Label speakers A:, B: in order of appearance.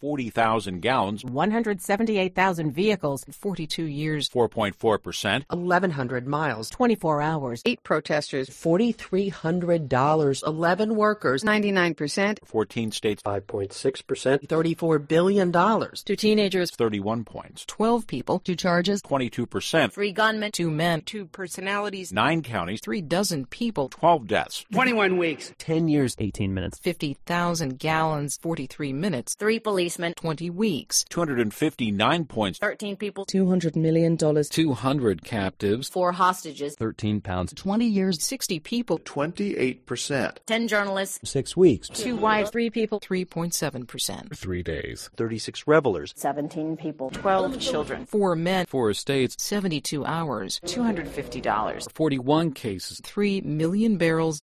A: 40,000 gallons,
B: 178,000 vehicles,
C: 42 years,
A: 4.4%.
C: 1,100 miles,
B: 24 hours,
D: 8 protesters,
C: $4,300, 11 workers,
D: 99%,
A: 14 states, uh,
E: 5.6%,
C: $34 billion.
B: two teenagers,
A: 31 points.
B: 12 people,
D: two charges,
A: 22%.
D: three gunmen,
B: two men,
C: Two personalities,
A: 9 counties,
B: three dozen people,
A: 12 deaths.
F: 21 weeks,
E: 10 years, 18 minutes,
B: 50,000 gallons, 43 minutes,
D: three policemen,
B: 20 weeks,
A: 259 points.
D: 13 people,
G: $200 million,
H: 200 captives,
D: four hostages,
H: 13 pounds,
B: 20 years, 60 people,
I: 28%.
D: 10 journalists,
E: 6 weeks,
B: two wives, three people, 3.7%,
H: 3 days,
E: 36 revelers,
D: 17 people, 12 children,
B: four men,
H: 4 states,
B: 72 hours,
D: $250,
H: 41 cases,
B: 3 million barrels